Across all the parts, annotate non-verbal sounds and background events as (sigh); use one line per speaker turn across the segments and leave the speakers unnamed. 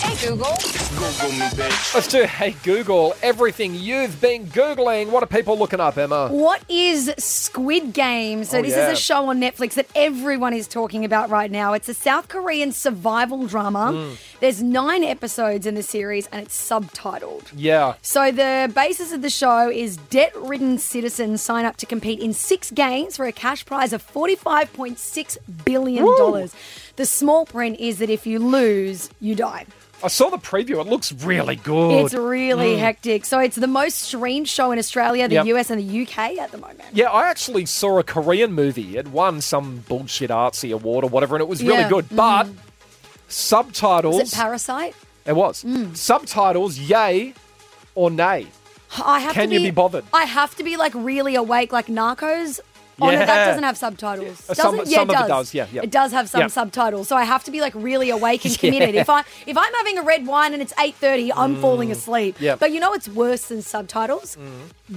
Google.
Google me, bitch.
Let's do Hey Google, everything you've been Googling. What are people looking up, Emma?
What is Squid Game? So,
Oh,
this
yeah.
is a show on Netflix that everyone is talking about right now. It's a South Korean survival drama.
Hmm.
There's nine episodes in the series and it's subtitled.
Yeah.
So, the basis of the show is debt ridden citizens sign up to compete in six games for a cash prize of $45.6 billion. The small print is that if you lose, you die.
I saw the preview. It looks really good. Hmm.
It's really hectic. So it's the most streamed show in Australia, the
Yep.
US, and the UK at the moment.
yeah, I actually saw a Korean movie. It won some bullshit artsy award or whatever, and it was really
Yeah. Mm-hmm.
good. But subtitles.
Is it Mm. Parasite?
It was. Subtitles, yay or nay.
I have to
Can
be,
you be bothered?
I have to be like really awake, like Narcos. Oh no,
Yeah.
that doesn't have subtitles.
Uh,
Doesn't,
some-
yeah,
some
it
of
does.
it does, yeah, yeah.
It does have some
Yeah.
subtitles, so I have to be like really awake
(laughs)
and committed. If I if I'm having a red wine and it's eight thirty, I'm falling asleep.
Mm. Yeah.
But you know what's worse than subtitles?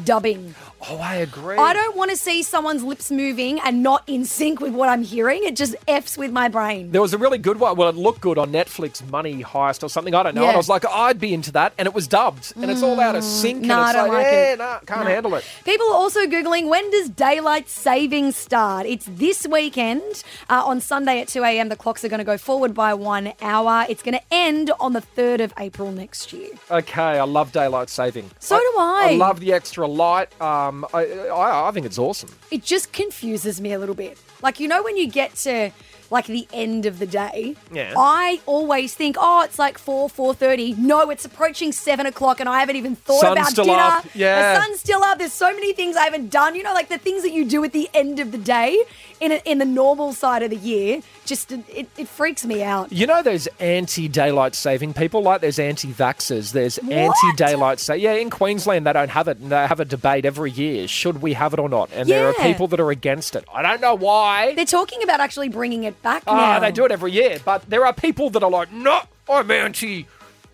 Dubbing.
Oh, I agree.
I don't want to see someone's lips moving and not in sync with what I'm hearing. It just f's with my brain.
There was a really good one. Well, it looked good on Netflix, Money Heist or something. I don't know. And I
Yeah.
was like, I'd be into that. And it was dubbed. And it's all out of sync.
Mm. no,
and
I
it's
don't like
yeah,
it.
nah, can't handle it.
People are also Googling when does daylight saving start? It's this weekend uh, on Sunday at 2 a.m. The clocks are going to go forward by one hour. It's going to end on the 3rd of April next year.
Okay, I love daylight saving.
So do I.
I love the extra light. Um, I, I, I think it's awesome.
It just confuses me a little bit. Like, you know, when you get to like the end of the day
Yeah.
i always think oh it's like 4 4.30 no it's approaching 7 o'clock and i haven't even thought
Sun's
about
still
dinner
up. Yeah.
the sun's still up there's so many things i haven't done you know like the things that you do at the end of the day in, a, in the normal side of the year just it, it freaks me out
You know those anti-daylight saving people? Like there's anti-vaxxers, there's
What?
anti-daylight sa Yeah, in Queensland they don't have it and they have a debate every year. Should we have it or not? And there are
Yeah.
people that are against it. I don't know why.
they're talking about actually bringing it back
Ah,
now
they do it every year. But there are people that are like, no, I'm anti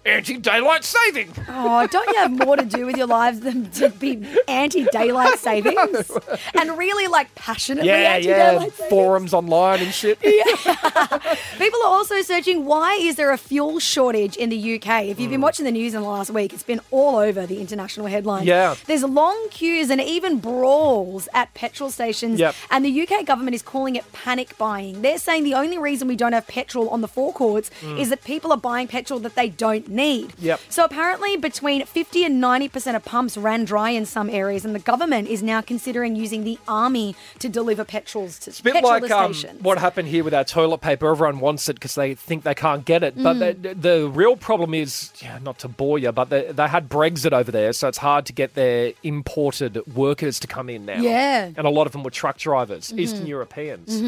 anti daylight saving.
Oh, don't you have more to do with your lives than to be anti
(laughs)
daylight savings? And really, like, passionately
Yeah,
anti
yeah.
daylight savings?
Forums online and shit.
People are also searching why is there a fuel shortage in the UK? If
Mm.
you've been watching the news in the last week, it's been all over the international headlines.
Yeah.
There's long queues and even brawls at petrol stations.
Yep.
And the UK government is calling it panic buying. They're saying the only reason we don't have petrol on the forecourts is that people are buying petrol that they don't need.
Mm. Yep.
So apparently between 50 and 90% of pumps ran dry in some areas and the government is now considering using the army to deliver petrols to
It's a bit
petrol
like um,
stations.
what happened here with our toilet paper. Everyone wants it because they think they can't get it. But
Mm.
the, the real problem is, yeah, not to bore you, but they, they had Brexit over there, so it's hard to get their imported workers to come in now.
Yeah. Mm-hmm.
And a lot of them were truck drivers, Eastern Europeans.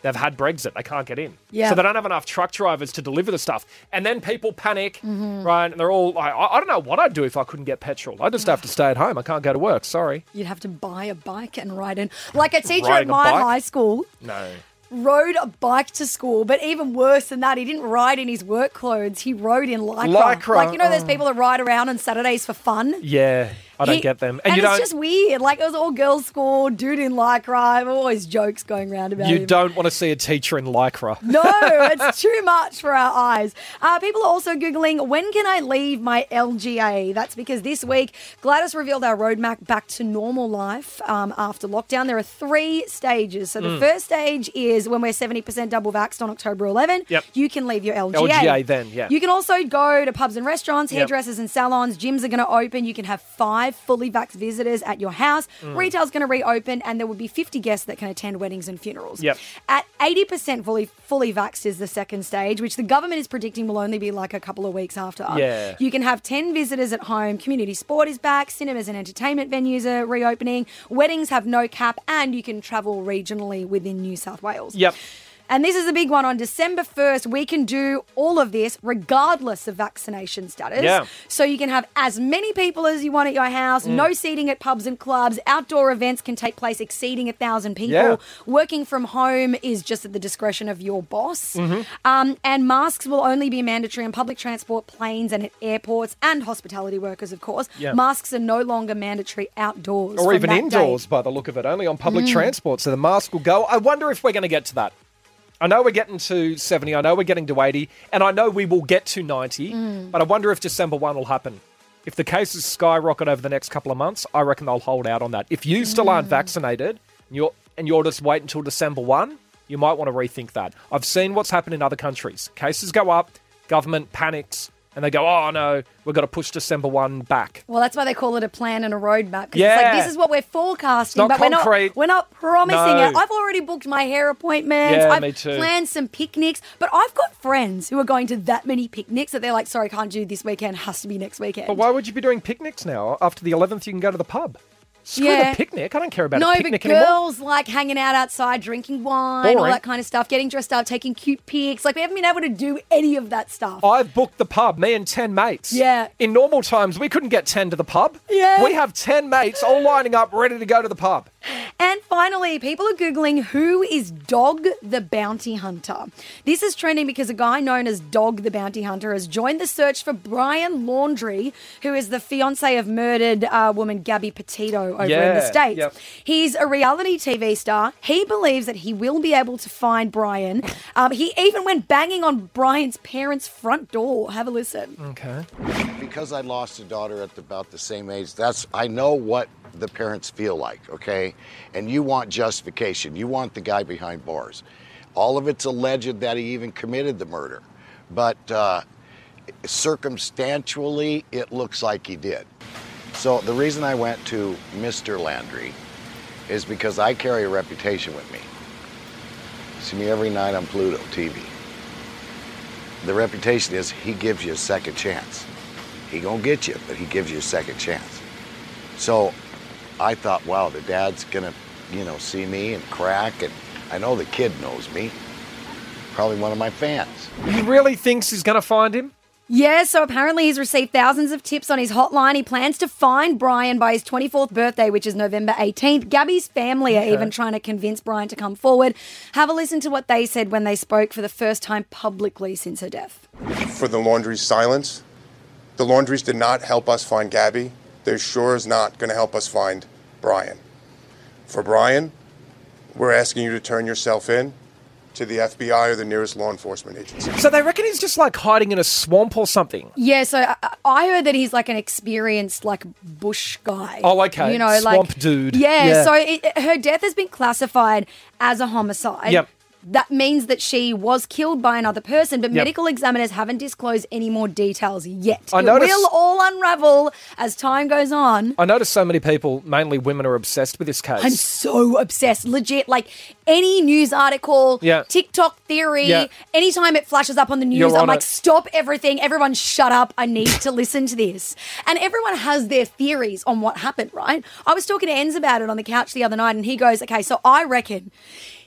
They've had Brexit. They can't get in.
Yeah.
So they don't have enough truck drivers to deliver the stuff. And then people panic,
Mm-hmm.
right? And they're all, like, I, I don't know what I'd do if I couldn't get petrol. I just have to stay at home. I can't go to work. Sorry.
You'd have to buy a bike and ride in. Like a teacher
Riding
at
a
my
bike?
high school
No.
rode a bike to school, but even worse than that, he didn't ride in his work clothes. He rode in lycra.
Lycra, oh.
Like you know those people that ride around on Saturdays for fun.
Yeah. I don't
He-
get them.
And,
you
it's
don't.
just weird. Like it was all girls' school, dude in lycra. There were Always jokes going round about
You
him.
don't want to see a teacher in lycra.
(laughs) No, it's too much for our eyes. Uh, people are also Googling, when can I leave my LGA? That's because this week, Gladys revealed our roadmap back to normal life um, after lockdown. There are three stages. So the
Mm.
first stage is when we're 70% double vaxxed on October 11.
Yep.
You can leave your LGA.
LGA then, yeah.
You can also go to pubs and restaurants,
Yep.
hairdressers and salons. Gyms are going to open. You can have five fully vaxxed visitors at your house.
Mm.
Retail's going to reopen and there will be 50 guests that can attend weddings and funerals.
Yep.
At 80% fully fully vaxxed is the second stage, which the government is predicting will only be like a couple of weeks after.
Yeah.
You can have 10 visitors at home. Community sport is back. Cinemas and entertainment venues are reopening. Weddings have no cap and you can travel regionally within New South Wales.
Yep.
And this is the big one. On December 1st, we can do all of this regardless of vaccination status.
Yeah. Mm.
So you can have as many people as you want at your house, no seating at pubs and clubs, outdoor events can take place exceeding a thousand people.
Yeah.
Working from home is just at the discretion of your boss.
Mm-hmm.
Um, and masks will only be mandatory on public transport, planes, and at airports, and hospitality workers, of course.
Yeah.
Masks are no longer mandatory outdoors.
Or
from
even
that Mm. date.
indoors by the look of it, only on public transport. So the mask will go. I wonder if we're going to get to that. I know we're getting to 70, I know we're getting to 80, and I know we will get to 90,
Mm.
but I wonder if December 1 will happen. If the cases skyrocket over the next couple of months, I reckon they'll hold out on that. If you still
Mm.
aren't vaccinated and you're, and you're just wait until December 1, you might want to rethink that. I've seen what's happened in other countries. Cases go up, government panics, and they go, oh no, we've got to push December 1 back.
Well, that's why they call it a plan and a roadmap. Because it's
Yeah.
like this is what we're forecasting,
It's not
but we're not
concrete.
we're not promising
No.
it. I've already booked my hair appointments.
Yeah,
I've
me too.
planned some picnics, but I've got friends who are going to that many picnics that they're like, sorry, can't do this weekend. Has to be next weekend.
But why would you be doing picnics now? After the 11th, you can go to the pub. Screw
Yeah.
the picnic. I don't care about
no,
a
but
picnic anymore.
girls like hanging out outside, drinking wine, all
Boring.
that kind of stuff, getting dressed up, taking cute pics. Like we haven't been able to do any of that stuff.
I've booked the pub, me and 10 mates.
Yeah.
In normal times, we couldn't get 10 to the pub.
Yeah.
We have 10 mates all lining up, ready to go to the pub.
And finally, people are Googling who is Dog the Bounty Hunter. This is trending because a guy known as Dog the Bounty Hunter has joined the search for Brian Laundry, who is the fiance of murdered uh, woman Gabby Petito over in the
Yeah,
States.
yep.
He's a reality TV star. He believes that he will be able to find Brian. Um, he even went banging on Brian's parents' front door. Have a listen.
Okay.
because I lost a daughter at about the same age, that's I know what the parents feel like, okay? And you want justification. You want the guy behind bars. All of it's alleged that he even committed the murder, but uh, circumstantially, it looks like he did. So the reason I went to Mr. Landry is because I carry a reputation with me. See me every night on Pluto TV. The reputation is he gives you a second chance. He gonna get you, but he gives you a second chance. So I thought, wow, the dad's gonna, you know, see me and crack, and I know the kid knows me. Probably one of my fans.
He really thinks he's going to find him?
Yeah, so apparently he's received thousands of tips on his hotline. He plans to find Brian by his 24th birthday, which is November 18th. Gabby's family are even trying to convince Brian to come forward. Have a listen to what they said when they spoke for the first time publicly since her death.
for the laundry's silence. The laundries did not help us find Gabby. They're sure is not going to help us find Brian. For Brian, we're asking you to turn yourself in to the FBI or the nearest law enforcement agency.
So they reckon he's just like hiding in a swamp or something.
Yeah, so I, I heard that he's like an experienced, like, bush guy.
Oh, okay.
You know, like.
Swamp dude.
Yeah,
Yeah.
so it, her death has been classified as a homicide.
Yep.
That means that she was killed by another person, but
Yep.
medical examiners haven't disclosed any more details yet.
I
it
noticed-
will all unravel as time goes on.
I notice so many people, mainly women, are obsessed with this case.
I'm so obsessed, legit. Like any news article,
Yeah.
TikTok theory,
Yeah.
anytime it flashes up on the news,
You're
I'm
on
like,
it.
stop everything. Everyone, shut up. I need
(laughs)
to listen to this. And everyone has their theories on what happened, right? I was talking to Enz about it on the couch the other night, and he goes, okay, so I reckon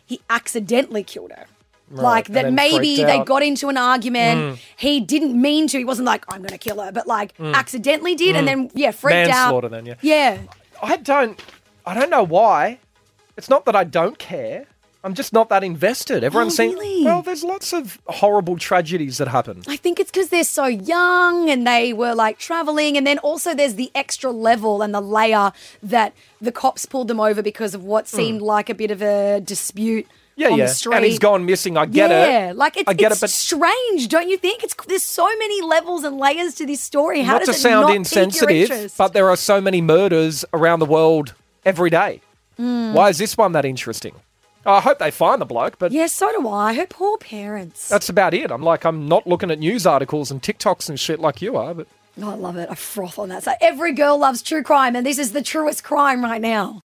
he accidentally killed her. like
and
that
then
maybe
freaked
they
out. Mm.
got into an argument. He didn't mean to. He wasn't like, I'm going to kill her, but like accidentally did. And then, yeah, freaked
Mm. Manslaughter
out.
then, yeah.
Yeah.
I don't. I don't know why. It's not that I don't care. I'm just not that invested. Everyone's saying,
Oh, really?
well, there's lots of horrible tragedies that happen.
I think it's because they're so young and they were like traveling. And then also there's the extra level and the layer that the cops pulled them over because of what seemed like a bit of a dispute
Mm. Yeah,
on
yeah.
the street.
And he's gone missing. I get it.
yeah, like it's,
I get
it's
it, but
strange, don't you think? It's there's so many levels and layers to this story. How
not
does
to
it
sound
not pique your
insensitive,
interest?
but there are so many murders around the world every day.
Hmm.
Why is this one that interesting? I hope they find the bloke, but
yeah, so do I. Her poor parents.
that's about it. I'm like, I'm not looking at news articles and TikToks and shit like you are, but
Oh, I love it. I froth on that. So every girl loves true crime, and this is the truest crime right now.